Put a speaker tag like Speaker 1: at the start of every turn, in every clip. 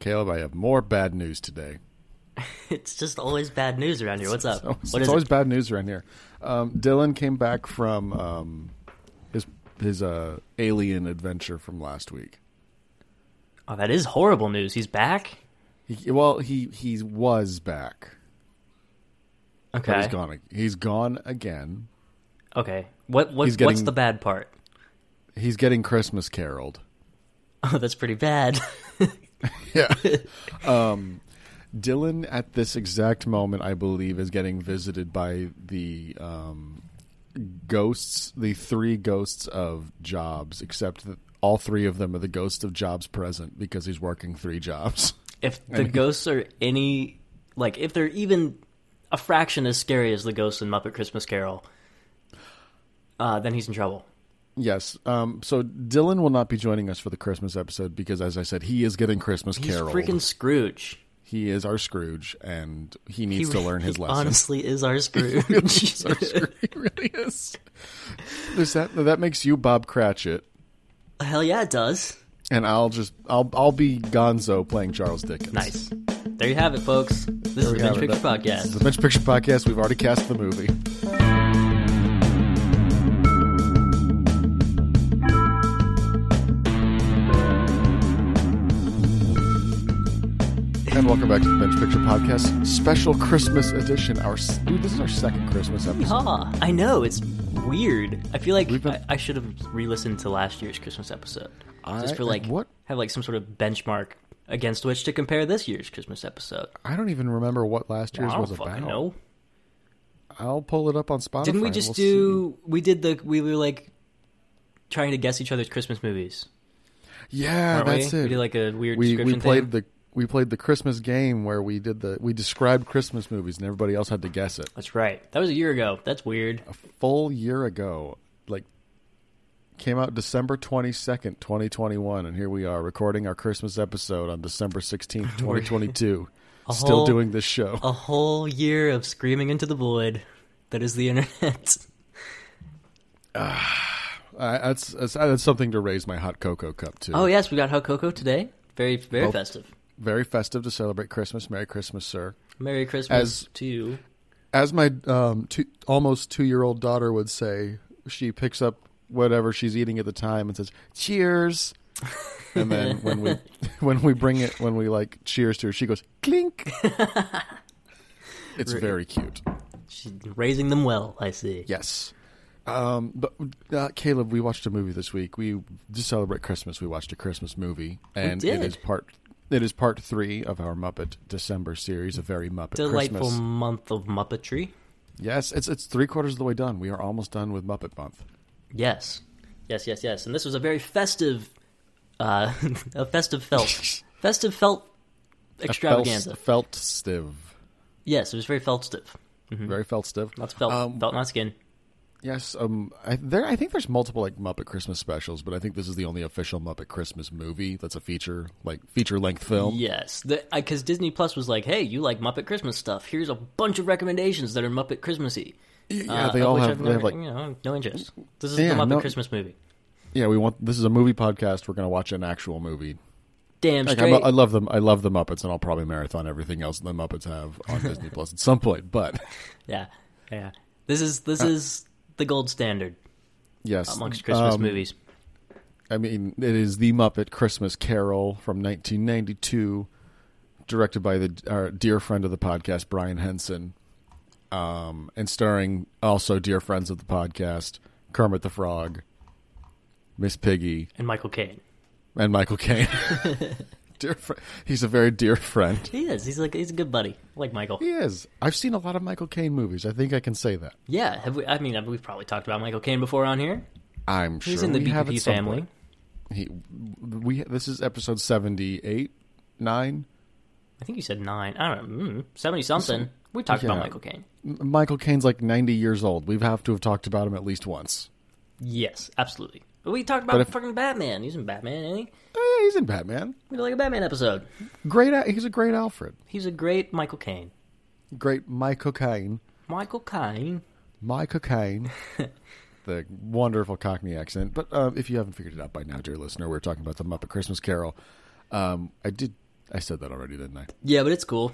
Speaker 1: Caleb, I have more bad news today.
Speaker 2: it's just always bad news around here. What's up?
Speaker 1: So,
Speaker 2: what
Speaker 1: it's
Speaker 2: is
Speaker 1: always
Speaker 2: it?
Speaker 1: bad news around here. Um, Dylan came back from um, his his uh, alien adventure from last week.
Speaker 2: Oh, that is horrible news. He's back.
Speaker 1: He, well, he he was back,
Speaker 2: Okay.
Speaker 1: but he's gone. ag- He's gone again.
Speaker 2: Okay. What what
Speaker 1: He's
Speaker 2: what's
Speaker 1: getting-
Speaker 2: the bad part?
Speaker 1: He's getting Christmas caroled.
Speaker 2: Oh, that's pretty bad.
Speaker 1: Yeah. um, Dylan, at this exact moment, I believe, is getting visited by the um, ghosts, the three ghosts of jobs, except that all three of them are the ghosts of jobs present because he's working three jobs.
Speaker 2: if the ghosts are any like if they're even a fraction as scary as the ghosts in Muppet Christmas Carol, uh, then he's in trouble.
Speaker 1: Yes. Um, so Dylan will not be joining us for the Christmas episode because, as I said, he is getting Christmas
Speaker 2: He's
Speaker 1: carol.
Speaker 2: freaking Scrooge.
Speaker 1: He is our Scrooge, and he
Speaker 2: He
Speaker 1: needs to learn his
Speaker 2: he
Speaker 1: lesson.
Speaker 2: Honestly, is our Scrooge.
Speaker 1: it really is. There's that. That makes you Bob Cratchit,
Speaker 2: Hell yeah, it does.
Speaker 1: and I'll just I'll I'll be Gonzo playing Charles Dickens.
Speaker 2: Nice. There you have it, folks. This is
Speaker 1: we
Speaker 2: the
Speaker 1: have
Speaker 2: Bench
Speaker 1: it.
Speaker 2: Picture
Speaker 1: This is
Speaker 2: Podcast.
Speaker 1: the Bench Picture Podcast. We've already cast the movie. And welcome back to the Bench Picture Podcast Special Christmas Edition. Our s- dude, this is our second Christmas episode.
Speaker 2: Huh. I know it's weird. I feel like
Speaker 1: We've been-
Speaker 2: I, I should have re-listened to last year's Christmas episode
Speaker 1: I-
Speaker 2: just for like
Speaker 1: what?
Speaker 2: have like some sort of benchmark against which to compare this year's Christmas episode.
Speaker 1: I don't even remember what last year's
Speaker 2: I don't
Speaker 1: was
Speaker 2: fucking
Speaker 1: about.
Speaker 2: know.
Speaker 1: I'll pull it up on Spotify.
Speaker 2: Didn't we
Speaker 1: and
Speaker 2: just
Speaker 1: we'll
Speaker 2: do? We did the. We were like trying to guess each other's Christmas movies.
Speaker 1: see. Yeah,
Speaker 2: weren't we?
Speaker 1: that's it.
Speaker 2: We did, like, a weird
Speaker 1: We we
Speaker 2: description
Speaker 1: played
Speaker 2: thing.
Speaker 1: the we played the Christmas game where we did the we described Christmas movies and everybody else had to guess it.
Speaker 2: That's right. That was a year ago. That's weird.
Speaker 1: A full year ago, like came out December twenty second, twenty twenty one, and here we are recording our Christmas episode on December sixteenth, twenty twenty two. Still
Speaker 2: whole-
Speaker 1: doing this show.
Speaker 2: A whole year of screaming into the void. That is the internet.
Speaker 1: Uh, that's, that's that's something to raise my hot cocoa cup to.
Speaker 2: Oh yes, we got Hot Cocoa today. Very very
Speaker 1: Both.
Speaker 2: festive.
Speaker 1: Very festive to celebrate Christmas. Merry Christmas, sir.
Speaker 2: Merry Christmas
Speaker 1: As-
Speaker 2: to you.
Speaker 1: as my um, two, almost two year old daughter would say, she picks up whatever she's eating at the time and says, "Cheers." And then when we when we bring it when we like cheers to her, she goes clink. it's very cute.
Speaker 2: She's raising them well. I see.
Speaker 1: Yes. Um, but uh, Caleb, we watched a movie this week. We to celebrate Christmas. We watched a Christmas movie, and it
Speaker 2: did.
Speaker 1: is part it is part three of our Muppet December series, a very Muppet
Speaker 2: Delightful
Speaker 1: Christmas.
Speaker 2: month of Muppetry.
Speaker 1: Yes, it's it's three quarters of the way done. We are almost done with Muppet Month.
Speaker 2: Yes, yes, yes, yes. And this was a very festive, uh, a festive felt, festive felt extravaganza.
Speaker 1: Felt stive.
Speaker 2: Yes, it was very feltstive.
Speaker 1: Very felt stive.
Speaker 2: Lots of Mm-hmm. felt,
Speaker 1: Um,
Speaker 2: felt not skin.
Speaker 1: yes. Um. I, there. I think there's multiple like Muppet Christmas specials, but I think this is the only official Muppet Christmas movie that's a feature like feature length film.
Speaker 2: Yes, because Disney Plus was like, "Hey, you like Muppet Christmas stuff? Here's a bunch of recommendations that are Muppet Christmassy."
Speaker 1: Yeah.
Speaker 2: Uh,
Speaker 1: they
Speaker 2: of
Speaker 1: all
Speaker 2: which
Speaker 1: have.
Speaker 2: I've
Speaker 1: They have
Speaker 2: never-
Speaker 1: like.
Speaker 2: you know, no interest. This is
Speaker 1: Yeah,
Speaker 2: the Muppet
Speaker 1: no-
Speaker 2: Christmas movie.
Speaker 1: Yeah. We want. This is a movie podcast. We're gonna watch an actual movie.
Speaker 2: Damn
Speaker 1: Like,
Speaker 2: straight.
Speaker 1: I, lo- I love them. I love the Muppets, and I'll probably marathon everything else the Muppets have on Disney Plus at some point. But
Speaker 2: Yeah, yeah. This is this
Speaker 1: Uh,
Speaker 2: is the gold standard
Speaker 1: yes,
Speaker 2: amongst Christmas
Speaker 1: um,
Speaker 2: movies.
Speaker 1: I mean, it is the Muppet Christmas Carol from 1992, directed by the our dear friend of the podcast Brian Henson, um, and starring also dear friends of the podcast Kermit the Frog, Miss Piggy,
Speaker 2: And Michael Caine.
Speaker 1: and Michael Caine. dear, fr- he's a very dear friend.
Speaker 2: He is. He's like he's a good buddy. I like Michael.
Speaker 1: He is. I've seen a lot of Michael Caine movies. I think I can say that.
Speaker 2: Yeah. Have we? I mean, uh, we've probably talked about Michael Caine before on here.
Speaker 1: I'm
Speaker 2: He's
Speaker 1: sure
Speaker 2: in the
Speaker 1: we have at
Speaker 2: BPP
Speaker 1: some
Speaker 2: family.
Speaker 1: point. He, we this is episode 78, nine.
Speaker 2: I think you said nine. I don't know. Mm, Seventy something. We talked
Speaker 1: yeah.
Speaker 2: about Michael Caine.
Speaker 1: Michael Caine's like 90 years old. We have to have talked about him at least once.
Speaker 2: Yes, absolutely. But we talked about
Speaker 1: But if-
Speaker 2: fucking Batman. He's in Batman. Ain't he?
Speaker 1: Eh, he's in Batman.
Speaker 2: We did like a Batman episode.
Speaker 1: Great. Al- He's a great Alfred.
Speaker 2: He's a great Michael Caine.
Speaker 1: Great Michael Caine.
Speaker 2: Michael Caine.
Speaker 1: Michael Caine. the wonderful Cockney accent. But uh, if you haven't figured it out by now, dear listener, we're talking about the Muppet Christmas Carol. Um, I did I said that already, didn't I?
Speaker 2: Yeah, but it's cool.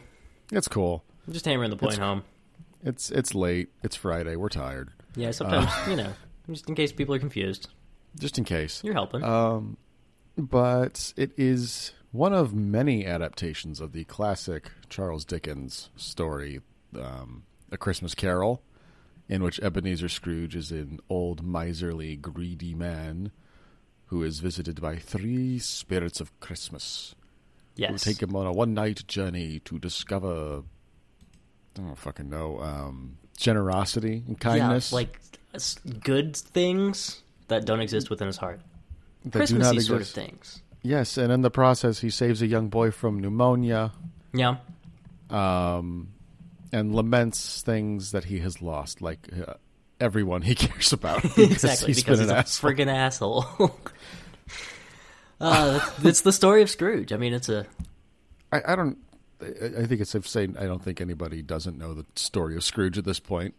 Speaker 1: It's cool.
Speaker 2: I'm just hammering the point home.
Speaker 1: It's it's late. It's Friday. We're tired.
Speaker 2: Yeah, sometimes
Speaker 1: Uh.
Speaker 2: you know, just in case people are confused,
Speaker 1: Just in case.
Speaker 2: you're helping.
Speaker 1: Um, but it is one of many adaptations of the classic Charles Dickens story, um, A Christmas Carol, in which Ebenezer Scrooge is an old, miserly, greedy man who is visited by three spirits of Christmas who
Speaker 2: yes.
Speaker 1: take him on a one night journey to discover. I don't fucking know. Um, generosity and kindness.
Speaker 2: Yeah, like s- good things that don't exist within his heart.
Speaker 1: that do
Speaker 2: Christmassy
Speaker 1: not
Speaker 2: sort of
Speaker 1: exist.
Speaker 2: things.
Speaker 1: Yes, and in the process, he saves a young boy from pneumonia.
Speaker 2: Yeah.
Speaker 1: um, and laments things that he has lost, like uh, everyone he cares about.
Speaker 2: Exactly,
Speaker 1: he's
Speaker 2: because
Speaker 1: been
Speaker 2: he's
Speaker 1: an
Speaker 2: a
Speaker 1: asshole.
Speaker 2: friggin' asshole. uh, that's- it's the story of Scrooge. I mean, it's a
Speaker 1: I, I don't. I I think it's safe to say I don't think anybody doesn't know the story of Scrooge at this point.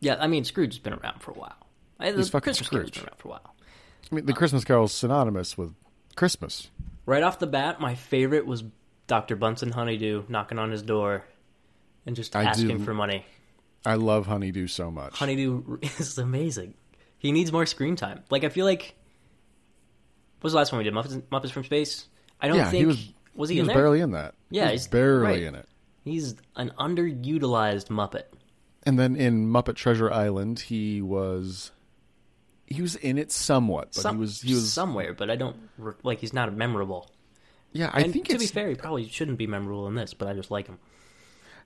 Speaker 2: yeah. I mean, Scrooge has been around for a while. I,
Speaker 1: He's
Speaker 2: the
Speaker 1: fucking
Speaker 2: Christmas Carol's
Speaker 1: Scrooge.
Speaker 2: been around for a
Speaker 1: I
Speaker 2: while. Uh,
Speaker 1: mean, the Christmas Carol is synonymous with Christmas.
Speaker 2: Right off the bat, my favorite was Doctor Bunsen Honeydew knocking on his door and just
Speaker 1: I do-
Speaker 2: asking for money.
Speaker 1: I love Honeydew so much.
Speaker 2: Honeydew is amazing. He needs more screen time. Like I feel like what was the last one we did? Muppets, Muppets from Space. I don't
Speaker 1: yeah,
Speaker 2: think
Speaker 1: he was.
Speaker 2: was he,
Speaker 1: He
Speaker 2: in
Speaker 1: was
Speaker 2: there?
Speaker 1: barely in that.
Speaker 2: Yeah,
Speaker 1: he was
Speaker 2: he's-
Speaker 1: barely
Speaker 2: right.
Speaker 1: in it.
Speaker 2: He's an underutilized Muppet.
Speaker 1: And then in Muppet Treasure Island, he was. He was in it somewhat, but
Speaker 2: Some,
Speaker 1: he was. He was.
Speaker 2: somewhere, but I don't re- like. He's not memorable.
Speaker 1: yeah, I
Speaker 2: and
Speaker 1: think
Speaker 2: to
Speaker 1: it's
Speaker 2: be fair, he probably shouldn't be memorable in this, but I just like him.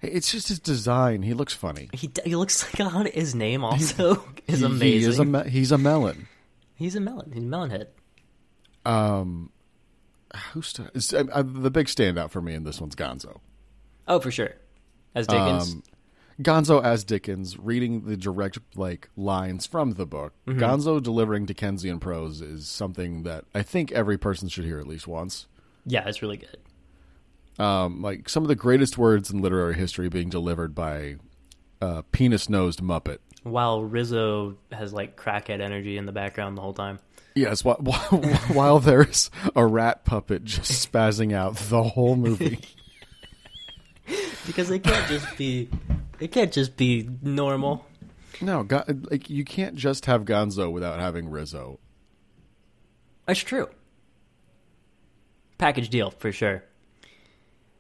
Speaker 1: it's just his design. He looks funny.
Speaker 2: He d- he looks like a hun- his name also is
Speaker 1: He-
Speaker 2: amazing.
Speaker 1: He is a me- he's a melon.
Speaker 2: he's a melon. He's a melon head.
Speaker 1: Who's to- it's- I- I- the big standout for me in this one's Gonzo.
Speaker 2: Oh, for sure. As Dickens,
Speaker 1: Um, Gonzo as Dickens reading the direct like lines from the book. Gonzo delivering Dickensian prose is something that I think every person should hear at least once.
Speaker 2: yeah, it's really good.
Speaker 1: Um, like some of the greatest words in literary history being delivered by a penis-nosed muppet.
Speaker 2: While Rizzo has like crackhead energy in the background the whole time.
Speaker 1: Yes, while, while there's a rat puppet just spazzing out the whole movie.
Speaker 2: because it can't just be it can't just be normal.
Speaker 1: No, Go- like you can't just have Gonzo without having Rizzo.
Speaker 2: That's true. Package deal for sure.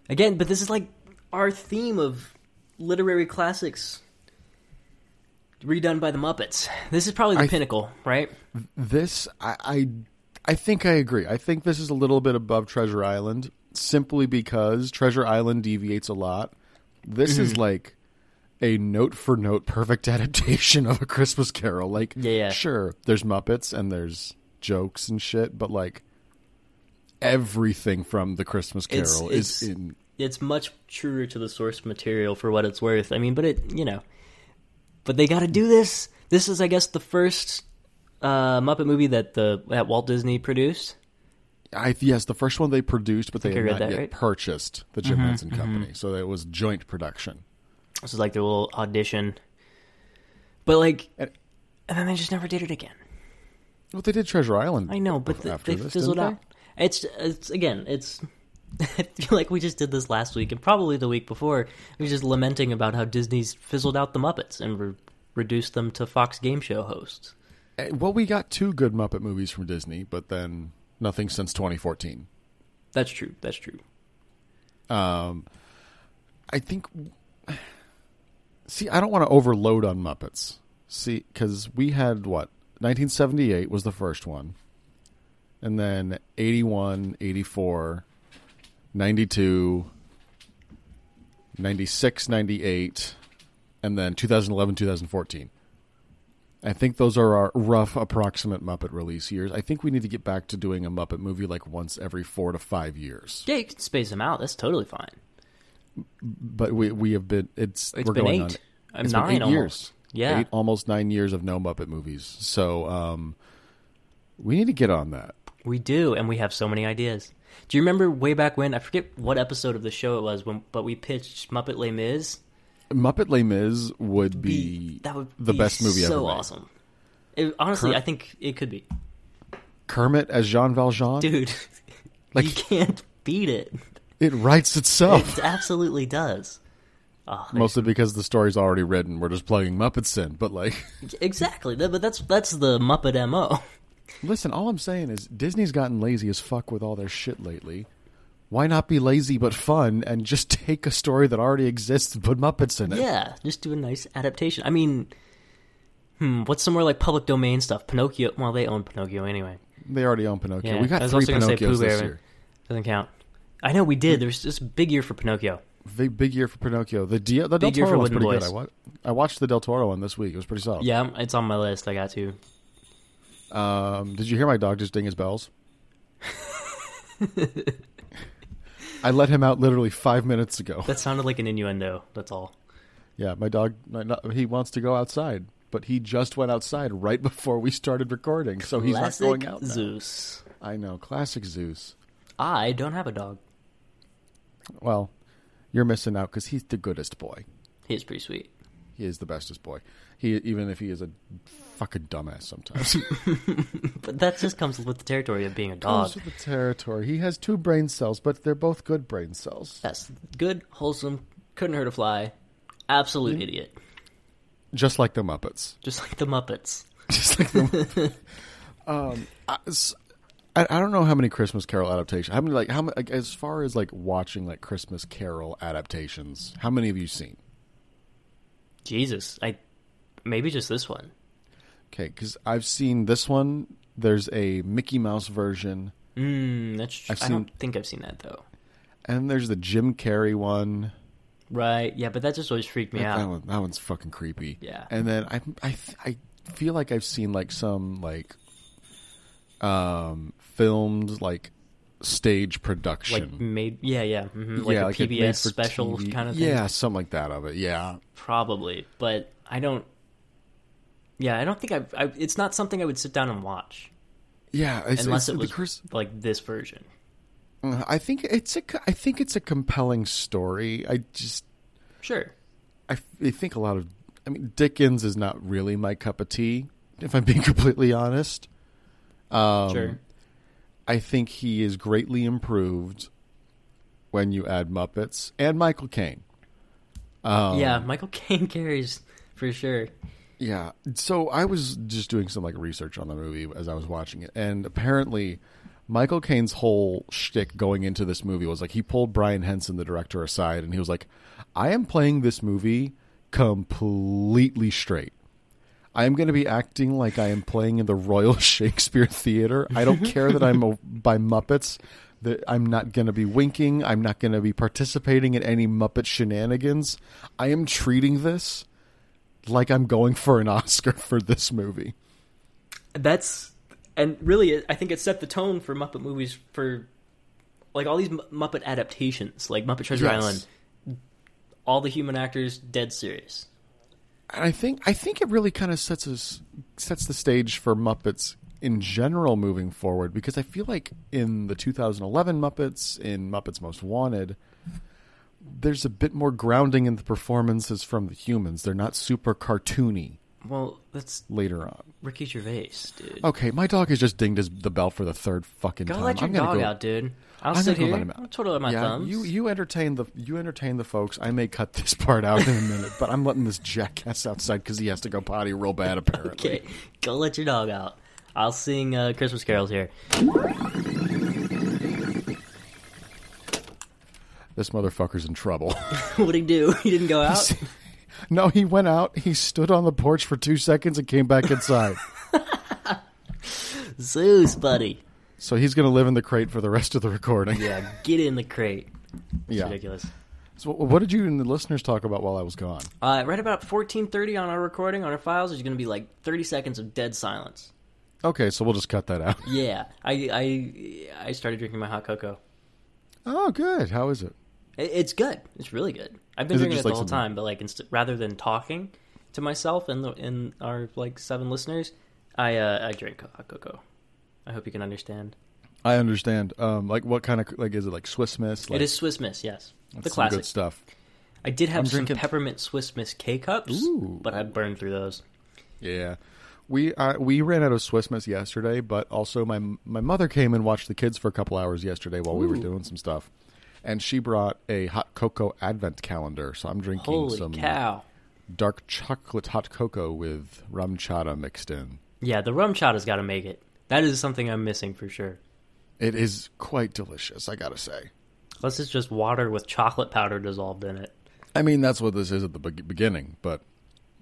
Speaker 2: Again, but this is like our theme of literary classics redone by the Muppets. This is probably the
Speaker 1: I-
Speaker 2: pinnacle, right?
Speaker 1: This, I, I, I think I agree. I think this is a little bit above Treasure Island, simply because Treasure Island deviates a lot. This
Speaker 2: Mm-hmm.
Speaker 1: is like a note for note perfect adaptation of a Christmas Carol. Like,
Speaker 2: Yeah, yeah.
Speaker 1: sure, there's Muppets and there's jokes and shit, but like everything from the Christmas
Speaker 2: It's-
Speaker 1: Carol
Speaker 2: it's-
Speaker 1: is in.
Speaker 2: It's much truer to the source material for what it's worth. I mean, but it, you know, but they got to do this. This is, I guess, the first uh, Muppet movie that the that Walt Disney produced.
Speaker 1: I yes, the first one they produced, but they
Speaker 2: think I
Speaker 1: had
Speaker 2: read
Speaker 1: not
Speaker 2: that,
Speaker 1: yet
Speaker 2: right? Mm-hmm,
Speaker 1: purchased the Jim Henson Company, so it was joint production.
Speaker 2: This is like their little audition. But like,
Speaker 1: And-
Speaker 2: and, then they just never did it again.
Speaker 1: Well, they did Treasure Island.
Speaker 2: I know, but th
Speaker 1: after
Speaker 2: they
Speaker 1: this,
Speaker 2: fizzled
Speaker 1: didn't
Speaker 2: out. It's it's again, it's. I feel like we just did this last week and probably the week before. We were just lamenting about how Disney's fizzled out the Muppets and re- reduced them to Fox game show hosts.
Speaker 1: they? Eh, Well, we got two good Muppet movies from Disney, but then nothing since 2014.
Speaker 2: That's true. That's true.
Speaker 1: I think. See, I don't want to overload on Muppets. See, because we had what 1978 was the first one, and then 81, 84, 92, 96, 98, and then 2011, 2014. I think those are our rough, approximate Muppet release years. I think we need to get back to doing a Muppet movie like once every four to five years.
Speaker 2: Yeah, you can space them out. That's totally fine.
Speaker 1: But we we have been it's,
Speaker 2: It's
Speaker 1: we're
Speaker 2: been
Speaker 1: going
Speaker 2: eight.
Speaker 1: on
Speaker 2: I'm
Speaker 1: it's been
Speaker 2: nine
Speaker 1: eight
Speaker 2: almost.
Speaker 1: years.
Speaker 2: Yeah.
Speaker 1: eight, almost nine years of no Muppet movies. So um, we need to get on that.
Speaker 2: We do, and we have so many ideas. Do you remember way back when? I forget what episode of the show it was, when but we pitched Muppet Les Mis.
Speaker 1: Muppet Les Mis would be,
Speaker 2: that would
Speaker 1: the
Speaker 2: be
Speaker 1: best movie
Speaker 2: so
Speaker 1: ever. made.
Speaker 2: awesome. It, honestly,
Speaker 1: Cur-
Speaker 2: I think it could be,
Speaker 1: Kermit as Jean Valjean.
Speaker 2: dude.
Speaker 1: Like- Oh.
Speaker 2: you can't beat it.
Speaker 1: It writes itself.
Speaker 2: It absolutely does. Oh, they-
Speaker 1: Mostly because the story's already written. We're just plugging Muppets in. But, like,
Speaker 2: exactly. That- But that's that's the Muppet mo.
Speaker 1: listen, all I'm saying is Disney's gotten lazy as fuck with all their shit lately. Why not be lazy but fun and just take a story that already exists and put Muppets in it?
Speaker 2: Yeah, just do a nice adaptation. I mean, hmm, what's some more like public domain stuff? Pinocchio. Well, they own Pinocchio anyway.
Speaker 1: They already own Pinocchio.
Speaker 2: Yeah,
Speaker 1: we got
Speaker 2: I was
Speaker 1: three
Speaker 2: also gonna say
Speaker 1: Pinocchios
Speaker 2: Pooh Bear,
Speaker 1: this
Speaker 2: but
Speaker 1: year.
Speaker 2: Doesn't count. I know we did. There was just a big year for Pinocchio.
Speaker 1: Big, big year for Pinocchio. The, Dia- the Del
Speaker 2: Big year
Speaker 1: Toro
Speaker 2: for
Speaker 1: was
Speaker 2: Wooden
Speaker 1: pretty good.
Speaker 2: Boys.
Speaker 1: I, wa- I watched the Del Toro one this week. It was pretty solid.
Speaker 2: Yeah, it's on my list. I got to.
Speaker 1: Um, did you hear my dog just ding his bells? I let him out literally five minutes ago.
Speaker 2: That sounded like an innuendo. That's all.
Speaker 1: Yeah, my dog, my, no- he wants to go outside, but he just went outside right before we started recording, so he's
Speaker 2: Classic
Speaker 1: not going out. now.
Speaker 2: Zeus.
Speaker 1: I know, classic Zeus.
Speaker 2: I don't have a dog.
Speaker 1: Well, you're missing out because he's the goodest boy.
Speaker 2: He is pretty sweet.
Speaker 1: He is the bestest boy. He, even if he is a fucking dumbass sometimes.
Speaker 2: But that just comes with the territory of being a dog.
Speaker 1: Comes with the territory. He has two brain cells, but they're both good brain cells.
Speaker 2: Yes. Good, wholesome, couldn't hurt a fly. Absolute idiot.
Speaker 1: Just like the Muppets.
Speaker 2: Just like the Muppets.
Speaker 1: just like the um, I, s- I- I don't know how many Christmas Carol adaptations. How many like how many, like, as far as like watching like Christmas Carol adaptations? How many have you seen?
Speaker 2: Jesus. I maybe just this one.
Speaker 1: Okay, because I've seen this one. There's a Mickey Mouse version,
Speaker 2: Mm, that's tr-
Speaker 1: I've
Speaker 2: I don't
Speaker 1: seen-
Speaker 2: think I've seen that though.
Speaker 1: and there's the Jim Carrey one.
Speaker 2: Right. Yeah, but that just always freaked me
Speaker 1: That
Speaker 2: out.
Speaker 1: one, that one's fucking creepy.
Speaker 2: Yeah.
Speaker 1: And then I, I, th- I feel like I've seen like some like, um, filmed like stage production,
Speaker 2: Like made yeah, yeah. hmm Like a
Speaker 1: it
Speaker 2: PBS
Speaker 1: made for
Speaker 2: special
Speaker 1: TV.
Speaker 2: kind of thing.
Speaker 1: Yeah, something like that of it. Yeah,
Speaker 2: Probably. But I don't Yeah, I don't think I've, I it's not something I would sit down and watch
Speaker 1: yeah. It's,
Speaker 2: unless
Speaker 1: it's
Speaker 2: it
Speaker 1: the
Speaker 2: was
Speaker 1: Chris-
Speaker 2: like this version.
Speaker 1: I think it's a. co- I think it's a compelling story. I just.
Speaker 2: Sure.
Speaker 1: I, f- I think a lot of. I mean, Dickens is not really my cup of tea. If I'm being completely honest, um,
Speaker 2: Sure.
Speaker 1: I think he is greatly improved when you add Muppets and Michael Caine.
Speaker 2: yeah,
Speaker 1: Um,
Speaker 2: Michael Caine carries for sure.
Speaker 1: Yeah. So I was just doing some like research on the movie as I was watching it, and apparently, Michael Caine's whole shtick going into this movie was like he pulled Brian Henson, the director, aside, and he was like, "I am playing this movie completely straight. I am going to be acting like I am playing in the Royal Shakespeare Theater. I don't care that I'm a, by Muppets." That I'm not going to be winking. I'm not going to be participating in any Muppet shenanigans. I am treating this like I'm going for an Oscar for this movie.
Speaker 2: That's and really, it- I think it set the tone for Muppet movies for like all these Mu- Muppet adaptations, like Muppet Treasure
Speaker 1: Yes.
Speaker 2: Island. All the human actors dead serious.
Speaker 1: And I think I think it really kind of sets us sets the stage for Muppets in general moving forward because I feel like in the 2011 Muppets, in Muppets Most Wanted, there's a bit more grounding in the performances from the humans. They're not super cartoony
Speaker 2: Well, that's
Speaker 1: later on.
Speaker 2: Ricky Gervais, dude.
Speaker 1: Okay, my dog has just dinged his, the bell for the third fucking
Speaker 2: go
Speaker 1: time.
Speaker 2: let your
Speaker 1: I'm gonna
Speaker 2: dog
Speaker 1: go-
Speaker 2: out, dude. I'll
Speaker 1: I'm
Speaker 2: sit
Speaker 1: gonna go
Speaker 2: here.
Speaker 1: let him out.
Speaker 2: I'll twiddle my
Speaker 1: yeah,
Speaker 2: thumbs.
Speaker 1: You you entertain the you entertain the folks. I may cut this part out in a minute, but I'm letting this jackass outside because he has to go potty real bad. Apparently,
Speaker 2: Okay, go let your dog out. I'll sing uh, Christmas carols here.
Speaker 1: this motherfucker's in trouble.
Speaker 2: What'd he do? He didn't go out.
Speaker 1: no, he went out. He stood on the porch for two seconds and came back inside.
Speaker 2: Zeus, buddy.
Speaker 1: so he's gonna live in the crate for the rest of the recording.
Speaker 2: Yeah, get in the crate. It's
Speaker 1: Yeah.
Speaker 2: ridiculous.
Speaker 1: So wh- what did you and the listeners talk about while I was gone?
Speaker 2: Uh, right about 14:30 on our recording on our files, there's going to be like 30 seconds of dead silence.
Speaker 1: Okay, so we'll just cut that out.
Speaker 2: Yeah, I I I started drinking my hot cocoa.
Speaker 1: Oh, good. How is it?
Speaker 2: It, it's good. It's really good. I've been
Speaker 1: Is it
Speaker 2: drinking it
Speaker 1: just
Speaker 2: the
Speaker 1: like
Speaker 2: whole
Speaker 1: some-
Speaker 2: time, but like inst- rather than talking to myself and the, and our like seven listeners, I uh, I drink hot cocoa. I hope you can understand.
Speaker 1: I understand. Um, like what kind of like is it like Swiss Miss? Like,
Speaker 2: it is Swiss Miss, yes, the
Speaker 1: some
Speaker 2: classic.
Speaker 1: good stuff.
Speaker 2: I did have
Speaker 1: I'm
Speaker 2: some
Speaker 1: drinking-
Speaker 2: peppermint Swiss Miss K cups,
Speaker 1: Ooh.
Speaker 2: but I burned through those.
Speaker 1: Yeah. We uh, we ran out of Swiss Miss yesterday, but also my my mother came and watched the kids for a couple hours yesterday while we were doing some stuff, and she brought a hot cocoa advent calendar. So I'm drinking
Speaker 2: Holy
Speaker 1: some
Speaker 2: cow!
Speaker 1: dark chocolate hot cocoa with rum chata mixed in.
Speaker 2: Yeah, the rum shot has got to make it. That is something I'm missing for sure.
Speaker 1: It is quite delicious, I gotta say.
Speaker 2: Unless it's just water with chocolate powder dissolved in it.
Speaker 1: I mean, that's what this is at the be- beginning, but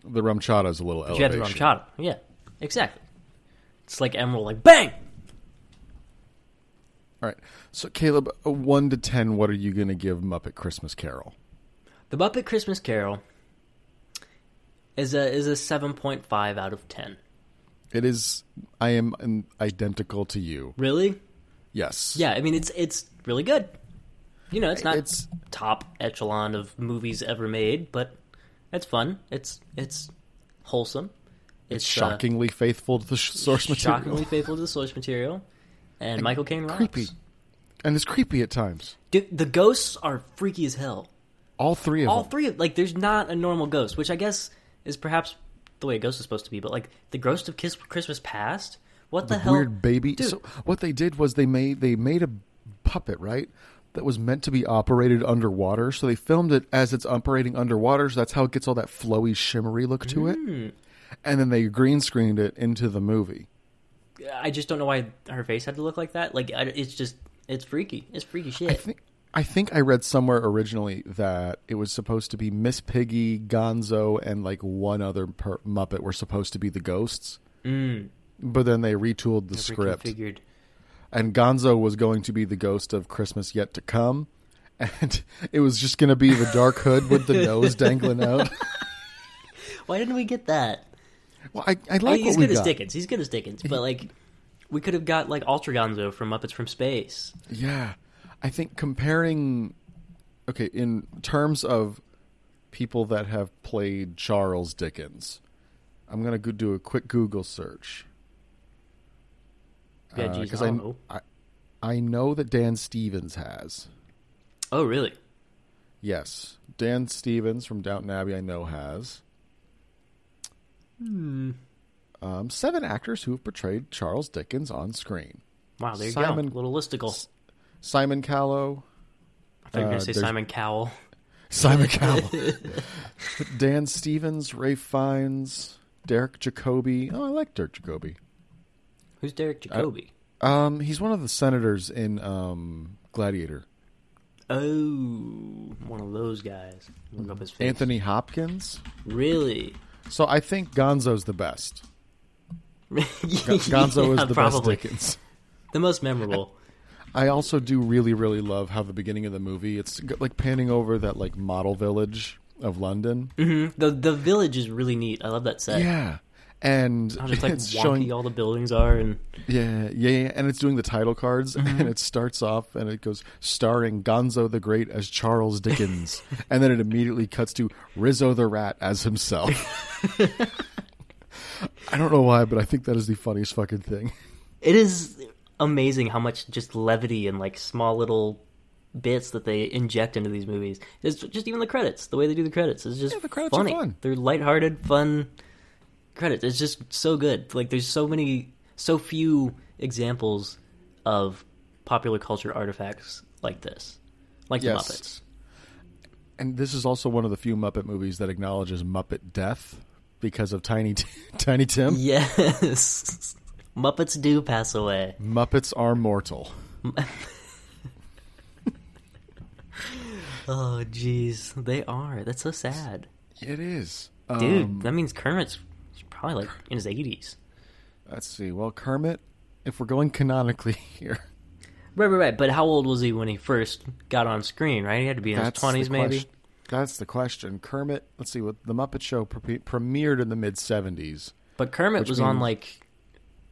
Speaker 1: the rum chata is a little
Speaker 2: You had
Speaker 1: elevation.
Speaker 2: the rum shot. Yeah, exactly. It's like Emerald, like bang.
Speaker 1: All right, so Caleb, a one to ten, what are you gonna give Muppet Christmas Carol?
Speaker 2: The Muppet Christmas Carol is a is a seven point five out of ten.
Speaker 1: It is. I am um, identical to you.
Speaker 2: Really?
Speaker 1: Yes.
Speaker 2: Yeah. I mean, it's it's really good. You know, it's not
Speaker 1: It's-
Speaker 2: top echelon of movies ever made, but it's fun. It's it's wholesome.
Speaker 1: It's
Speaker 2: uh,
Speaker 1: shockingly faithful to the sh- source material.
Speaker 2: shockingly faithful to the source material, and Michael Caine rocks.
Speaker 1: creepy, and it's creepy at times.
Speaker 2: Dude, the ghosts are freaky as hell.
Speaker 1: All three of
Speaker 2: all
Speaker 1: them.
Speaker 2: three of like there's not a normal ghost which i guess is perhaps the way a ghost is supposed to be but like the ghost of Kiss- christmas past what the, hell
Speaker 1: Weird baby.
Speaker 2: dude
Speaker 1: So what they did was they made they made a puppet right that was meant to be operated underwater. So they filmed it as it's operating underwater. So that's how it gets all that flowy, shimmery look to
Speaker 2: Mm.
Speaker 1: it. And then they green screened it into the movie.
Speaker 2: i just don't know why her face had to look like that like I, it's just it's freaky it's freaky shit
Speaker 1: I think I think I read somewhere originally that it was supposed to be Miss Piggy, Gonzo, and like one other per- Muppet were supposed to be the ghosts. Mm. But then they retooled the script,
Speaker 2: figured
Speaker 1: and Gonzo was going to be the ghost of Christmas yet to come, and it was just going to be the dark hood with the nose dangling out.
Speaker 2: why didn't we get that
Speaker 1: Well, I, I
Speaker 2: I
Speaker 1: like
Speaker 2: mean, Oh,
Speaker 1: what
Speaker 2: he's
Speaker 1: we
Speaker 2: good as
Speaker 1: got.
Speaker 2: dickens he's good as dickens but like we could have got like ultra gonzo from muppets from space
Speaker 1: Yeah. I think comparing okay, in terms of people that have played Charles Dickens, I'm going to go do a quick Google search.
Speaker 2: yeah
Speaker 1: Uh,
Speaker 2: geez,
Speaker 1: 'cause
Speaker 2: I
Speaker 1: I,
Speaker 2: don't know.
Speaker 1: I I know that Dan Stevens has.
Speaker 2: oh really
Speaker 1: Yes. Dan Stevens from Downton Abbey I know has. Hmm. Um, seven actors who have portrayed Charles Dickens on screen.
Speaker 2: wow there you
Speaker 1: Simon-
Speaker 2: go little listicle
Speaker 1: Simon Callow,
Speaker 2: i thought you were
Speaker 1: uh,
Speaker 2: gonna say
Speaker 1: there's-
Speaker 2: simon cowell
Speaker 1: Simon Cowell, Dan Stevens, Ray Fiennes, Derek Jacobi. Oh, I like Derek Jacobi.
Speaker 2: who's derek jacobi
Speaker 1: Um, he's one of the senators in um, Gladiator.
Speaker 2: Oh, one of those guys. Look up his face.
Speaker 1: Anthony Hopkins.
Speaker 2: Really?
Speaker 1: So I think Gonzo's the best. Gonzo
Speaker 2: Gonzo
Speaker 1: is the
Speaker 2: probably.
Speaker 1: best Dickens.
Speaker 2: The most memorable.
Speaker 1: I also do really, really love how the beginning of the movie it's g- like panning over that like model village of London.
Speaker 2: Mhm. The the village is really neat. I love that set.
Speaker 1: Yeah, and
Speaker 2: How just like
Speaker 1: it's
Speaker 2: wonky
Speaker 1: showing
Speaker 2: all the buildings are and
Speaker 1: Yeah, yeah, yeah, and it's doing the title cards, and it starts off, and it goes starring Gonzo the Great as Charles Dickens, and then it immediately cuts to Rizzo the Rat as himself. I don't know why, but I think that is the funniest fucking thing.
Speaker 2: it is amazing how much just levity and like small little bits that they inject into these movies. It's just even the credits, the way they do the credits is just
Speaker 1: Yeah, the credits are
Speaker 2: funny.
Speaker 1: fun.
Speaker 2: They're lighthearted, fun credits. It's just so good. Like there's so many, so few examples of popular culture artifacts like this, like
Speaker 1: Yes.
Speaker 2: the Muppets.
Speaker 1: And this is also one of the few Muppet movies that acknowledges Muppet death because of Tiny T- Tiny Tim.
Speaker 2: Yes, Muppets do pass away.
Speaker 1: Muppets are mortal.
Speaker 2: Oh, jeez, they are. That's so sad,
Speaker 1: It is,
Speaker 2: dude.
Speaker 1: Um,
Speaker 2: that means Kermit's probably like in his 80s.
Speaker 1: let's see. Well, Kermit, if we're going canonically here.
Speaker 2: Right, right, right. But how old was he when he first got on screen? Right, he had to be in his
Speaker 1: the
Speaker 2: twenties, maybe.
Speaker 1: question- That's the question. Kermit, let's see, what the Muppet Show pre- premiered in the mid '70s.
Speaker 2: But Kermit
Speaker 1: Which
Speaker 2: was on
Speaker 1: means-
Speaker 2: like,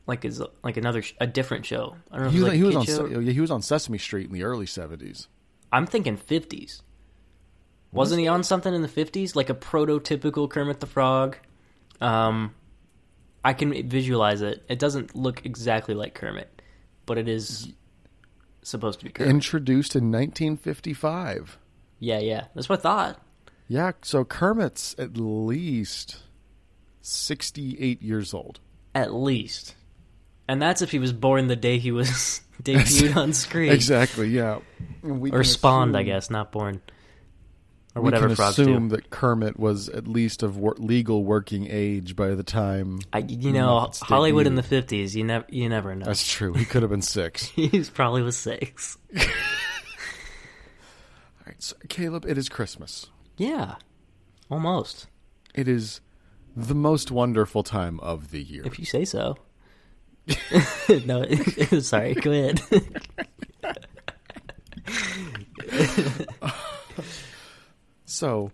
Speaker 2: like his like another sh- a different show. I don't know. If
Speaker 1: He was, he
Speaker 2: it was, Oh, like, a
Speaker 1: was
Speaker 2: kid
Speaker 1: on
Speaker 2: show.
Speaker 1: Se- yeah, he was on Sesame Street in the early '70s.
Speaker 2: I'm thinking fifties. Wasn't he on something in the fifties, like a prototypical Kermit the Frog? Um, I can visualize it. It doesn't look exactly like Kermit, but it is supposed to be Kermit.
Speaker 1: Introduced in 1955.
Speaker 2: yeah, yeah, that's what I thought.
Speaker 1: Yeah, so Kermit's at least 68 years old.
Speaker 2: At least, and that's if he was born the day he was debuted on screen.
Speaker 1: Exactly. Yeah. We
Speaker 2: or
Speaker 1: can
Speaker 2: spawned, I
Speaker 1: assume-
Speaker 2: guess, not born, or
Speaker 1: we
Speaker 2: whatever
Speaker 1: can
Speaker 2: frogs
Speaker 1: assume
Speaker 2: do.
Speaker 1: that Kermit was at least of wor- legal working age by the time.
Speaker 2: I, you know,
Speaker 1: Muppets
Speaker 2: Hollywood in
Speaker 1: debuted.
Speaker 2: the fifties. You never, you never know.
Speaker 1: That's true. He could have been six.
Speaker 2: He's probably was six.
Speaker 1: All right, so Caleb, it is Christmas.
Speaker 2: Yeah, almost.
Speaker 1: It is the most wonderful time of the year.
Speaker 2: If you say so. no, sorry. Go ahead.
Speaker 1: So,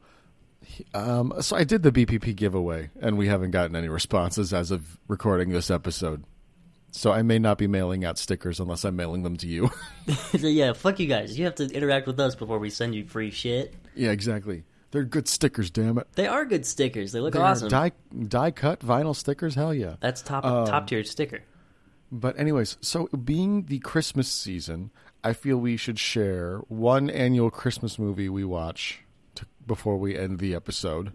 Speaker 1: he- um, so I did the BPP giveaway, and we haven't gotten any responses as of recording this episode. So I may not be mailing out stickers unless I'm mailing them to you.
Speaker 2: yeah, fuck you guys. You have to interact with us before we send you free shit.
Speaker 1: yeah, exactly. They're good stickers, damn it.
Speaker 2: They are good stickers. They look
Speaker 1: They're
Speaker 2: awesome.
Speaker 1: die die cut vinyl stickers, hell yeah.
Speaker 2: That's top
Speaker 1: Um,
Speaker 2: top tier sticker.
Speaker 1: But anyways, so being the Christmas season, I feel we should share one annual Christmas movie we watch to, before we end the episode.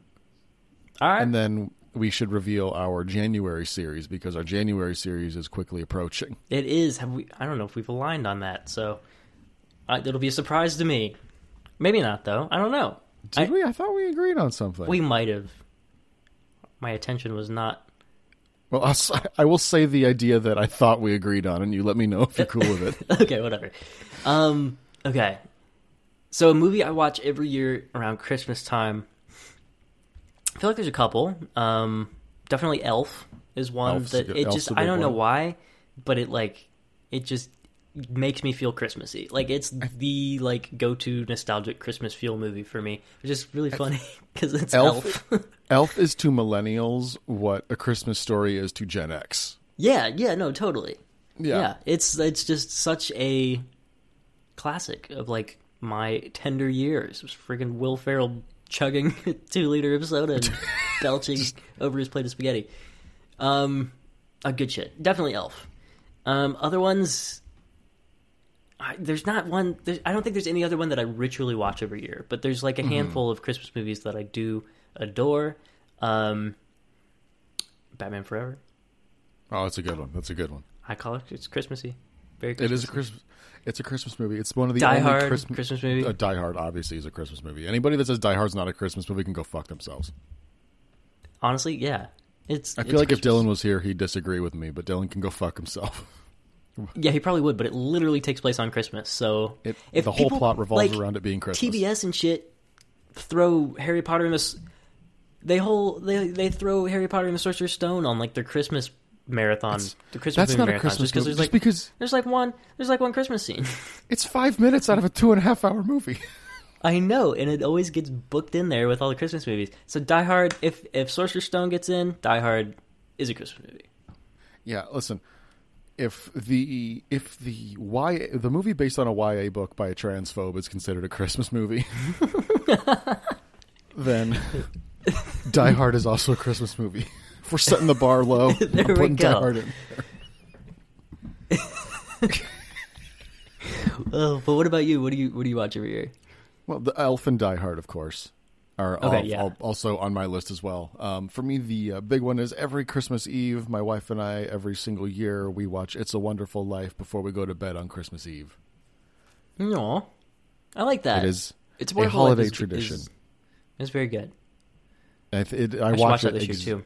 Speaker 2: All right.
Speaker 1: And then we should reveal our January series because our January series is quickly approaching.
Speaker 2: It is. Have we? I don't know if we've aligned on that. So I, it'll be a surprise to me. Maybe not, though. I don't know.
Speaker 1: Did
Speaker 2: I-
Speaker 1: we? I thought we agreed on something.
Speaker 2: We might have. My attention was not.
Speaker 1: well, I'll, s- I will say the idea that I thought we agreed on, and you let me know if you're cool with it.
Speaker 2: okay, whatever. Um. Okay. So a movie I watch every year around Christmas time. I feel like there's a couple. Um. Definitely Elf is one
Speaker 1: Elf's a
Speaker 2: that
Speaker 1: good-
Speaker 2: it
Speaker 1: Elf's
Speaker 2: just.
Speaker 1: a
Speaker 2: I
Speaker 1: big
Speaker 2: don't know
Speaker 1: one.
Speaker 2: why, but it like it just makes me feel Christmassy. Like it's the like go to nostalgic Christmas feel movie for me. It's just really funny because it's
Speaker 1: Elf.
Speaker 2: Elf.
Speaker 1: Elf is to millennials what a Christmas story is to Gen X.
Speaker 2: yeah. Yeah. No. Totally.
Speaker 1: Yeah.
Speaker 2: it's it's just such a classic of like my tender years it was freaking will ferrell chugging a two liter of soda and belching over his plate of spaghetti um a good shit definitely elf um other ones I, there's not one there's, i don't think there's any other one that i ritually watch every year but there's like a handful of christmas movies that i do adore um batman forever
Speaker 1: Oh, that's a good one. That's a good one.
Speaker 2: i call it it's christmassy very
Speaker 1: It is a Christmas. It's a Christmas movie. It's one of the
Speaker 2: Die
Speaker 1: only
Speaker 2: Hard,
Speaker 1: Christm-
Speaker 2: Christmas movie.
Speaker 1: Uh, Die Hard obviously is a Christmas movie. Anybody that says Die Hard's not a Christmas movie can go fuck themselves.
Speaker 2: Honestly, yeah. It's.
Speaker 1: I feel like if Dylan was here, he'd disagree with me, but Dylan can go fuck himself.
Speaker 2: Yeah, he probably would, but it literally takes place on Christmas. So
Speaker 1: It, the whole
Speaker 2: people-
Speaker 1: plot revolves
Speaker 2: like,
Speaker 1: around it being Christmas.
Speaker 2: TBS and shit throw Harry Potter and this. They whole they they throw Harry Potter and the Sorcerer's Stone on like their Christmas marathon. the Christmas
Speaker 1: that's
Speaker 2: movie
Speaker 1: not a
Speaker 2: marathon,
Speaker 1: Christmas movie.
Speaker 2: because there's
Speaker 1: Just
Speaker 2: like
Speaker 1: because
Speaker 2: there's like one there's like one Christmas scene.
Speaker 1: it's five minutes out of a two and a half hour movie.
Speaker 2: I know, and it always gets booked in there with all the Christmas movies. So Die Hard, if if Sorcerer's Stone gets in, Die Hard is a Christmas movie.
Speaker 1: Yeah, listen. If the if the y the movie based on a YA book by a transphobe is considered a Christmas movie, then Die Hard is also a Christmas movie. If we're setting the bar low,
Speaker 2: There
Speaker 1: I'm
Speaker 2: we
Speaker 1: putting Die
Speaker 2: go.
Speaker 1: Hard in.
Speaker 2: Oh, but what about you? What do you what do you watch every year?
Speaker 1: Well, the Elf and Die Hard, of course, are
Speaker 2: Okay,
Speaker 1: al-
Speaker 2: yeah.
Speaker 1: al- also on my list as well. Um, for me, the uh, big one is every Christmas Eve, my wife and I, every single year, we watch It's a Wonderful Life before we go to bed on Christmas Eve.
Speaker 2: No, I like that.
Speaker 1: It is
Speaker 2: It's
Speaker 1: a
Speaker 2: Wonderful Life
Speaker 1: holiday
Speaker 2: is-
Speaker 1: tradition.
Speaker 2: is- It's very good.
Speaker 1: I, th- it, I,
Speaker 2: I should
Speaker 1: watch,
Speaker 2: watch that
Speaker 1: it
Speaker 2: this year
Speaker 1: ex-
Speaker 2: too.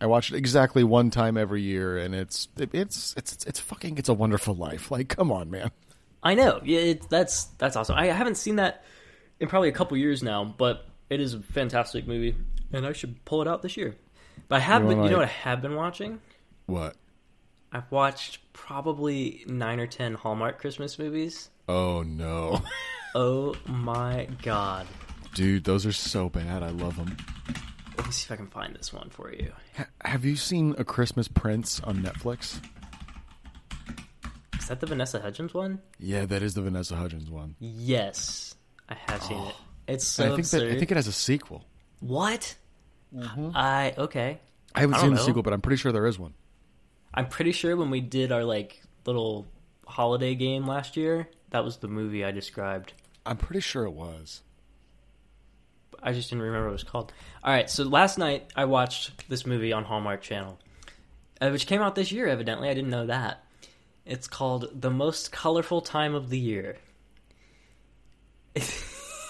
Speaker 1: I watch it exactly one time every year, and it's it, it's it's it's fucking it's a wonderful life. Like, come on, man.
Speaker 2: I know. Yeah, it, that's that's awesome. I haven't seen that in probably a couple years now, but it is a fantastic movie, and I should pull it out this year. But I have
Speaker 1: You
Speaker 2: been.
Speaker 1: wanna,
Speaker 2: You know what I
Speaker 1: like-
Speaker 2: have been watching?
Speaker 1: What?
Speaker 2: I've watched probably nine or ten Hallmark Christmas movies.
Speaker 1: Oh no,
Speaker 2: Oh my god!
Speaker 1: dude, those are so bad. I love them.
Speaker 2: Let me see if I can find this one for you.
Speaker 1: Ha- have you seen A Christmas Prince on Netflix?
Speaker 2: Is that the Vanessa Hudgens one?
Speaker 1: Yeah, that is the Vanessa Hudgens one.
Speaker 2: Yes, I have seen it. It's
Speaker 1: Oh.
Speaker 2: so
Speaker 1: And I think
Speaker 2: absurd.
Speaker 1: that, I think Mm-hmm. it has a sequel.
Speaker 2: What? I okay.
Speaker 1: I haven't
Speaker 2: I
Speaker 1: seen
Speaker 2: don't
Speaker 1: the
Speaker 2: know.
Speaker 1: sequel, but I'm pretty sure there is one.
Speaker 2: I'm pretty sure when we did our like little holiday game last year, that was the movie I described.
Speaker 1: I'm pretty sure it was.
Speaker 2: I just didn't remember what it was called. All right, so last night I watched this movie on Hallmark Channel, uh, which came out this year. Evidently, I didn't know that. It's called "The Most Colorful Time of the Year,"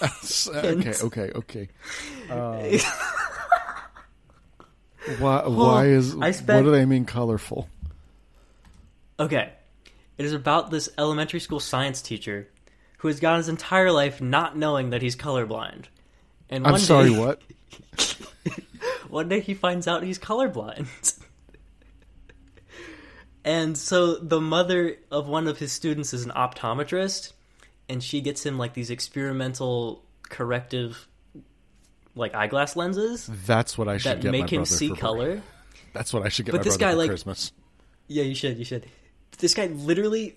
Speaker 1: okay, okay, okay. Um, why? Why is?
Speaker 2: I spent-
Speaker 1: what do they mean colorful?
Speaker 2: Okay. It is about this elementary school science teacher who has gone his entire life not knowing that he's colorblind. And one
Speaker 1: I'm sorry.
Speaker 2: day,
Speaker 1: What?
Speaker 2: One day he finds out he's colorblind. and so the mother of one of his students is an optometrist, and she gets him like these experimental corrective like eyeglass lenses
Speaker 1: That's what I should
Speaker 2: that
Speaker 1: get.
Speaker 2: make
Speaker 1: my
Speaker 2: him
Speaker 1: brother
Speaker 2: see
Speaker 1: for-
Speaker 2: color.
Speaker 1: That's what I should get.
Speaker 2: But
Speaker 1: my
Speaker 2: this
Speaker 1: brother
Speaker 2: guy,
Speaker 1: for
Speaker 2: like-
Speaker 1: Christmas.
Speaker 2: Yeah, you should. You should. This guy literally,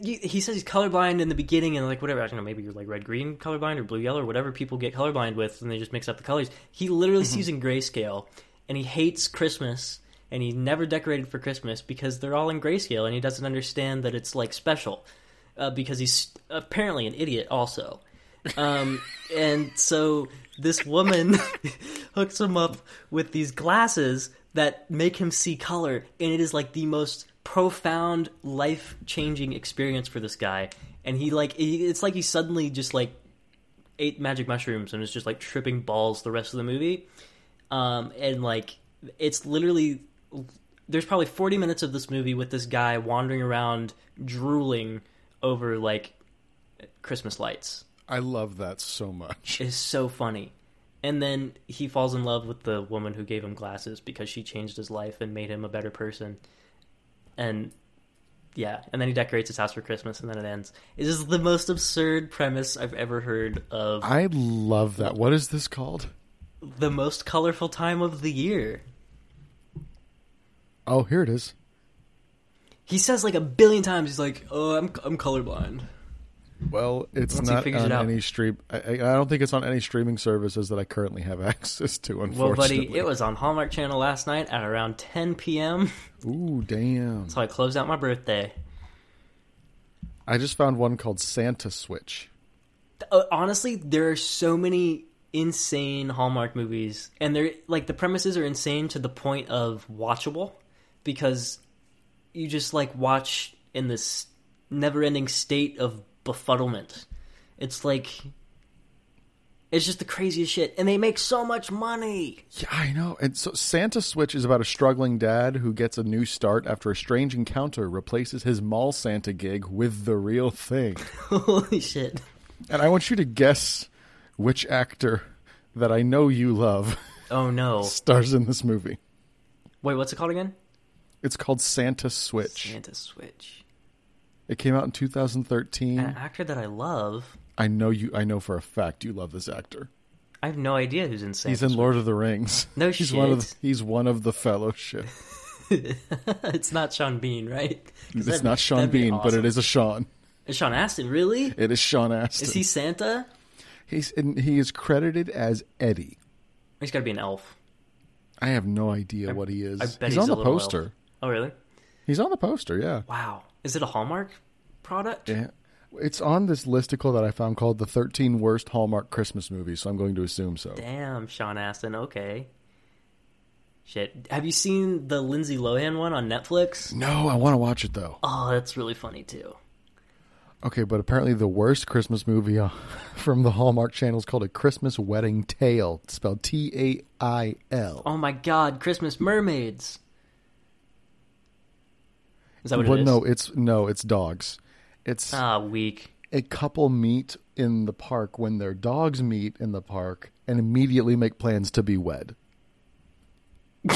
Speaker 2: he, he says he's colorblind in the beginning, and like whatever. I don't know. Maybe you're like red green colorblind or blue yellow or whatever people get colorblind with, and they just mix up the colors. He literally sees in grayscale, and he hates Christmas, and he never decorated for Christmas because they're all in grayscale, and he doesn't understand that it's like special, uh, because he's apparently an idiot also. Um, and so this woman hooks him up with these glasses that make him see color, and it is like the most profound, life changing experience for this guy. And he like he- it's like he suddenly just like ate magic mushrooms and is just like tripping balls the rest of the movie. Um, and like it's literally there's probably 40 minutes of this movie with this guy wandering around drooling over like Christmas lights
Speaker 1: I love that so much.
Speaker 2: is so funny. And then he falls in love with the woman who gave him glasses because she changed his life and made him a better person. And yeah, and then he decorates his house for Christmas and then it ends. It is the most absurd premise I've ever heard of
Speaker 1: I love that. What is this called?
Speaker 2: the most colorful time of the year.
Speaker 1: Oh, here it is.
Speaker 2: He says like a billion times he's like, "Oh, I'm I'm colorblind."
Speaker 1: Well, it's
Speaker 2: Once he
Speaker 1: not
Speaker 2: figures
Speaker 1: on
Speaker 2: it out.
Speaker 1: any stream. I, I I don't think it's on any streaming services that I currently have access to.
Speaker 2: Well,
Speaker 1: Unfortunately.
Speaker 2: buddy, it was on Hallmark Channel last night at around 10 p.m.
Speaker 1: Ooh, damn!
Speaker 2: So I closed out my birthday.
Speaker 1: I just found one called Santa Switch.
Speaker 2: uh, honestly, there are so many insane Hallmark movies, and they're like the premises are insane to the point of watchable because you just like watch in this never-ending state of befuddlement. It's like it's just the craziest shit, and they make so much money.
Speaker 1: Yeah, I know. And so Santa Switch is about a struggling dad who gets a new start after a strange encounter replaces his mall Santa gig with the real thing.
Speaker 2: Holy shit!
Speaker 1: And I want you to guess which actor that I know you love
Speaker 2: Oh no!
Speaker 1: stars in this movie.
Speaker 2: Wait, what's it called again?
Speaker 1: It's called Santa Switch.
Speaker 2: Santa Switch.
Speaker 1: It came out in 2013.
Speaker 2: An actor that I love.
Speaker 1: I know you I know for a fact you love this actor.
Speaker 2: I have no idea who's in Santa.
Speaker 1: He's in Lord of the Rings.
Speaker 2: No
Speaker 1: he's One of
Speaker 2: shit.
Speaker 1: the, he's one of the fellowship.
Speaker 2: it's not Sean Bean, right? 'Cause
Speaker 1: It's
Speaker 2: that'd-
Speaker 1: not Sean
Speaker 2: that'd be
Speaker 1: Bean, but
Speaker 2: awesome.
Speaker 1: it is a Sean.
Speaker 2: It's Sean Astin, really?
Speaker 1: It is Sean Astin.
Speaker 2: Is he Santa?
Speaker 1: He's and he is credited as Eddie.
Speaker 2: He's got to be an elf.
Speaker 1: I have no idea what he is.
Speaker 2: I bet
Speaker 1: he's,
Speaker 2: he's,
Speaker 1: on
Speaker 2: a
Speaker 1: the
Speaker 2: little elf.
Speaker 1: poster.
Speaker 2: Oh, really?
Speaker 1: He's on the poster. Yeah.
Speaker 2: Wow. Is it a Hallmark product?
Speaker 1: yeah. It's on this listicle that I found called the 13 worst Hallmark Christmas movies. So I'm going to assume so.
Speaker 2: Damn, Sean Astin. Okay. Shit. Have you seen the Lindsay Lohan one on Netflix?
Speaker 1: No, I want to watch it though.
Speaker 2: Oh, that's really funny too.
Speaker 1: Okay, but apparently the worst Christmas movie uh, from the Hallmark Channel is called A Christmas Wedding Tale, spelled T A I L.
Speaker 2: Oh my God, Christmas mermaids. Is that what
Speaker 1: Well,
Speaker 2: it is?
Speaker 1: no, it's no, it's dogs. It's
Speaker 2: Ah, weak.
Speaker 1: a couple meet in the park when their dogs meet in the park and immediately make plans to be wed.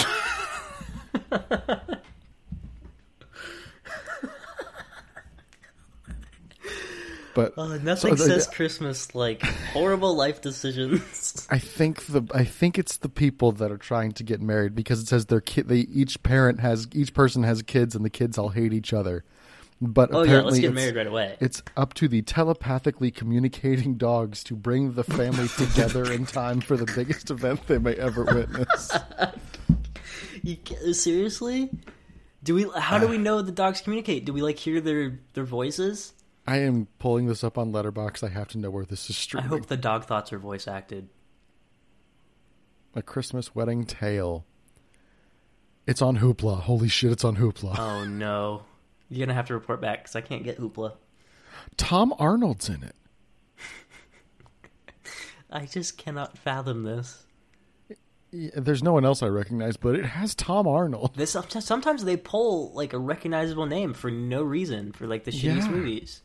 Speaker 1: but
Speaker 2: Uh, nothing
Speaker 1: so the-
Speaker 2: says Christmas like horrible life decisions.
Speaker 1: I think the I think it's the people that are trying to get married because it says their kid they each parent has each person has kids and the kids all hate each other. But
Speaker 2: Oh yeah, let's
Speaker 1: apparently
Speaker 2: get
Speaker 1: it's-
Speaker 2: married right away.
Speaker 1: it's up to the telepathically communicating dogs to bring the family together in time for the biggest event they may ever witness.
Speaker 2: You ca- uh, seriously? Do we? How
Speaker 1: Ah.
Speaker 2: do we know the dogs communicate? Do we like hear their their voices?
Speaker 1: I am pulling this up on Letterbox. I have to know where this is
Speaker 2: I
Speaker 1: streaming.
Speaker 2: hope the dog thoughts are voice acted.
Speaker 1: A Christmas Wedding Tale. It's on Hoopla. Holy shit, it's on Hoopla.
Speaker 2: Oh no, you're gonna have to report back because I can't get Hoopla.
Speaker 1: Tom Arnold's in it.
Speaker 2: I just cannot fathom this.
Speaker 1: Yeah, There's no one else I recognize, but it has Tom Arnold.
Speaker 2: This sometimes they pull like a recognizable name for no reason for like the shittiest
Speaker 1: Yeah.
Speaker 2: movies.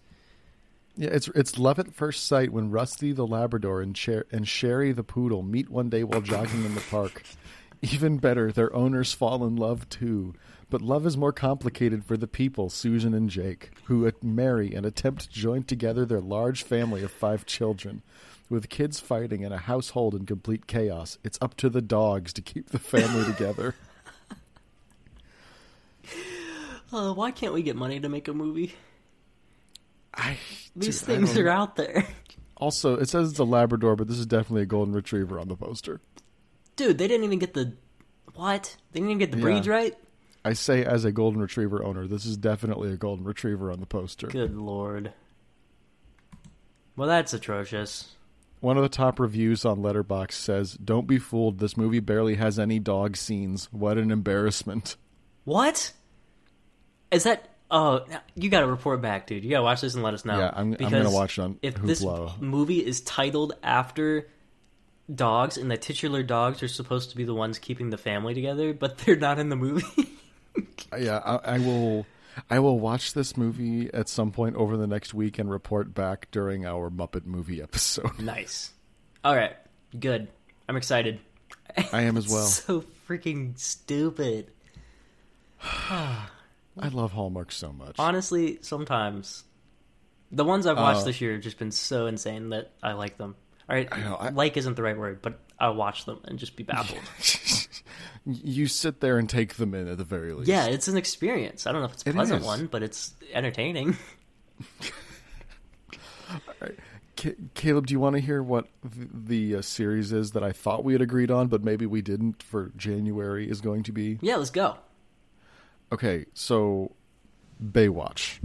Speaker 1: Yeah, it's it's love at first sight when Rusty the Labrador and Cher- and Sherry the poodle meet one day while jogging in the park. Even better, their owners fall in love too. But love is more complicated for the people, Susan and Jake, who at- marry and attempt to join together their large family of five children. With kids fighting and a household in complete chaos, it's up to the dogs to keep the family together.
Speaker 2: Uh, why can't we get money to make a movie?
Speaker 1: I,
Speaker 2: These
Speaker 1: dude, I
Speaker 2: things
Speaker 1: don't-
Speaker 2: are out there.
Speaker 1: Also, it says it's a Labrador, but this is definitely a Golden Retriever on the poster.
Speaker 2: Dude, they didn't even get the what? They didn't even get the
Speaker 1: Yeah.
Speaker 2: breeds right?
Speaker 1: I say as a golden retriever owner, this is definitely a golden retriever on the poster.
Speaker 2: Good lord. Well, that's atrocious.
Speaker 1: One of the top reviews on Letterbox says, "Don't be fooled. This movie barely has any dog scenes. What an embarrassment."
Speaker 2: What? Is that? Oh, now- you got to report back, dude. You got to watch this and let us know.
Speaker 1: Yeah, I'm- I'm gonna
Speaker 2: Because
Speaker 1: watch it on
Speaker 2: If this
Speaker 1: Hoopla.
Speaker 2: movie is titled after dogs, and the titular dogs are supposed to be the ones keeping the family together, but they're not in the movie.
Speaker 1: Yeah, I, I will. I will watch this movie at some point over the next week and report back during our Muppet movie episode.
Speaker 2: nice. All right, good. I'm excited.
Speaker 1: I am as well.
Speaker 2: So freaking stupid.
Speaker 1: I love Hallmark so much.
Speaker 2: Honestly, sometimes the ones I've watched
Speaker 1: Oh.
Speaker 2: this year have just been so insane that I like them. All right,
Speaker 1: know, I-
Speaker 2: like isn't the right word, but I'll watch them and just be baffled.
Speaker 1: you sit there and take them in at the very least.
Speaker 2: Yeah, it's an experience. I don't know if it's a
Speaker 1: It
Speaker 2: pleasant
Speaker 1: is.
Speaker 2: one, but it's entertaining.
Speaker 1: Ca- Caleb, do you want to hear what th- the uh, series is that I thought we had agreed on, but maybe we didn't for January is going to be?
Speaker 2: Yeah, let's go.
Speaker 1: Okay, so Baywatch.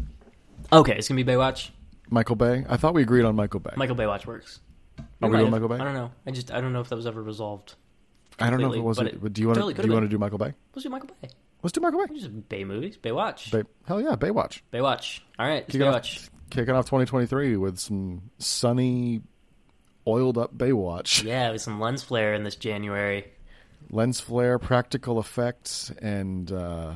Speaker 2: Okay, it's gonna be Baywatch.
Speaker 1: Michael Bay? I thought we agreed on Michael Bay.
Speaker 2: Michael Baywatch works.
Speaker 1: Are we
Speaker 2: might
Speaker 1: doing
Speaker 2: have.
Speaker 1: Michael Bay?
Speaker 2: I don't know. I just I don't know if that was ever resolved.
Speaker 1: I don't know if it
Speaker 2: completely,
Speaker 1: was,
Speaker 2: but
Speaker 1: but,
Speaker 2: it
Speaker 1: do you want to
Speaker 2: totally
Speaker 1: do
Speaker 2: could've
Speaker 1: you want
Speaker 2: been.
Speaker 1: to do Michael Bay?
Speaker 2: Let's do Michael Bay.
Speaker 1: Let's do Michael Bay.
Speaker 2: Just Bay movies. Baywatch.
Speaker 1: Bay. Hell yeah, Baywatch.
Speaker 2: Baywatch. All right, it's
Speaker 1: Kicking off,
Speaker 2: Baywatch.
Speaker 1: kicking off 2023 with some sunny, oiled up Baywatch,
Speaker 2: Yeah, with some lens flare in this January.
Speaker 1: lens flare, practical effects, and uh,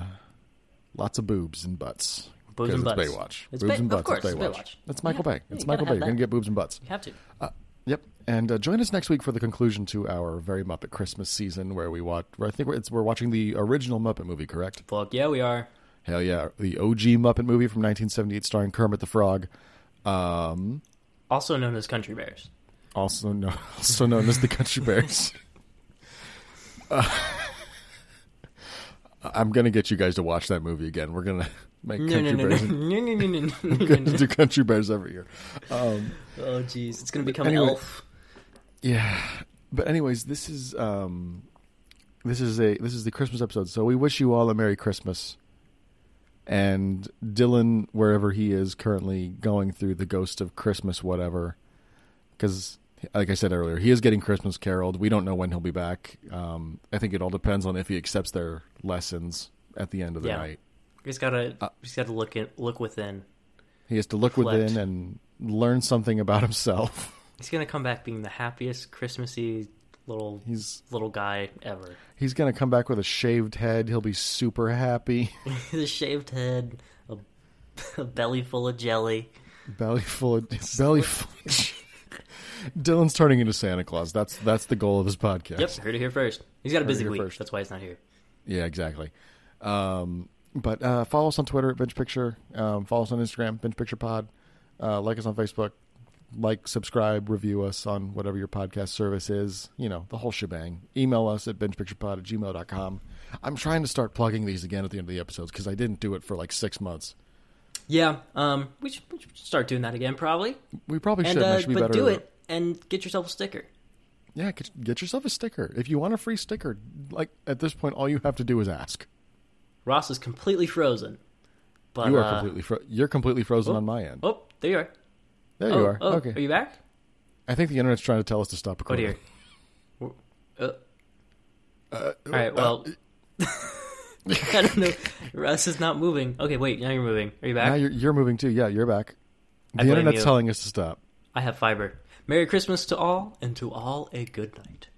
Speaker 1: lots of boobs and butts.
Speaker 2: Boobs and
Speaker 1: 'Cause
Speaker 2: butts.
Speaker 1: It's Baywatch. boobs
Speaker 2: It's Bay-
Speaker 1: and
Speaker 2: of
Speaker 1: butts.
Speaker 2: course,
Speaker 1: it's
Speaker 2: it's
Speaker 1: Baywatch.
Speaker 2: Baywatch.
Speaker 1: That's Michael
Speaker 2: Yeah,
Speaker 1: Bay.
Speaker 2: you
Speaker 1: It's
Speaker 2: gotta
Speaker 1: Michael
Speaker 2: have
Speaker 1: Bay. You're gonna
Speaker 2: that.
Speaker 1: get boobs and butts.
Speaker 2: You have to.
Speaker 1: Yep. And uh, join us next week for the conclusion to our very Muppet Christmas season, where we watch. Where I think we're, it's, we're watching the original Muppet movie, correct?
Speaker 2: Fuck yeah, we are.
Speaker 1: Hell yeah, the OG Muppet movie from 1978, starring Kermit the Frog, um,
Speaker 2: Also known as Country Bears.
Speaker 1: also known also known as the Country Bears. Uh, I'm gonna get you guys to watch that movie again. We're gonna make
Speaker 2: No,
Speaker 1: Country
Speaker 2: no, no, no,
Speaker 1: Bears.
Speaker 2: no, no, no, no, no,
Speaker 1: We're
Speaker 2: no,
Speaker 1: gonna
Speaker 2: no.
Speaker 1: do Country Bears every year. Um,
Speaker 2: Oh, jeez, it's gonna become
Speaker 1: Anyway.
Speaker 2: an elf.
Speaker 1: Yeah. But anyways, this is um this is a this is the Christmas episode. So we wish you all a Merry Christmas. And Dylan wherever he is currently going through the ghost of Christmas whatever cuz like I said earlier, he is getting Christmas caroled. We don't know when he'll be back. Um I think it all depends on if he accepts their lessons at the end of the
Speaker 2: Yeah.
Speaker 1: night.
Speaker 2: He's gotta,
Speaker 1: Uh,
Speaker 2: he's gotta look in, look within.
Speaker 1: He has to look
Speaker 2: Reflect.
Speaker 1: within and learn something about himself.
Speaker 2: He's gonna come back being the happiest Christmassy little
Speaker 1: He's
Speaker 2: little guy ever.
Speaker 1: he's going to come back with a shaved head. He'll be super happy.
Speaker 2: the shaved head, a, a belly full of jelly.
Speaker 1: Belly full of belly full. Dylan's turning into Santa Claus. That's that's the goal of this podcast.
Speaker 2: Yep, heard it here first. He's got a
Speaker 1: it
Speaker 2: busy
Speaker 1: here
Speaker 2: week.
Speaker 1: first.
Speaker 2: That's why he's not here.
Speaker 1: Yeah, exactly. Um, but uh, follow us on Twitter at Bench Picture. Um, follow us on Instagram, Bench Picture Pod. Uh, like us on Facebook. Like, subscribe, review us on whatever your podcast service is. You know, the whole shebang. Email us at benchpicturepod at gmail.com. I'm trying to start plugging these again at the end of the episodes because I didn't do it for like six months.
Speaker 2: Yeah, um, we should, we should start doing that again probably.
Speaker 1: We probably
Speaker 2: And
Speaker 1: should. and I
Speaker 2: uh,
Speaker 1: should be
Speaker 2: but
Speaker 1: better
Speaker 2: do
Speaker 1: at
Speaker 2: it and get yourself a sticker.
Speaker 1: Yeah, get, get yourself a sticker. If you want a free sticker, like at this point, all you have to do is ask.
Speaker 2: Ross is completely frozen. But
Speaker 1: You are
Speaker 2: uh,
Speaker 1: completely fro- you're completely frozen on my end.
Speaker 2: Oh, there you are.
Speaker 1: there
Speaker 2: oh,
Speaker 1: you are.
Speaker 2: oh,
Speaker 1: okay,
Speaker 2: Are you back?
Speaker 1: I think the internet's trying to tell us to stop
Speaker 2: Oh
Speaker 1: recording.
Speaker 2: dear. We're- Uh, all right. Well, I don't know. Russ is not moving. Okay, wait. Now you're moving. Are you back?
Speaker 1: Now you're, you're moving too. Yeah, you're back. The
Speaker 2: blame
Speaker 1: internet's
Speaker 2: you.
Speaker 1: telling us to stop.
Speaker 2: I have fiber. Merry Christmas to all, and to all a good night.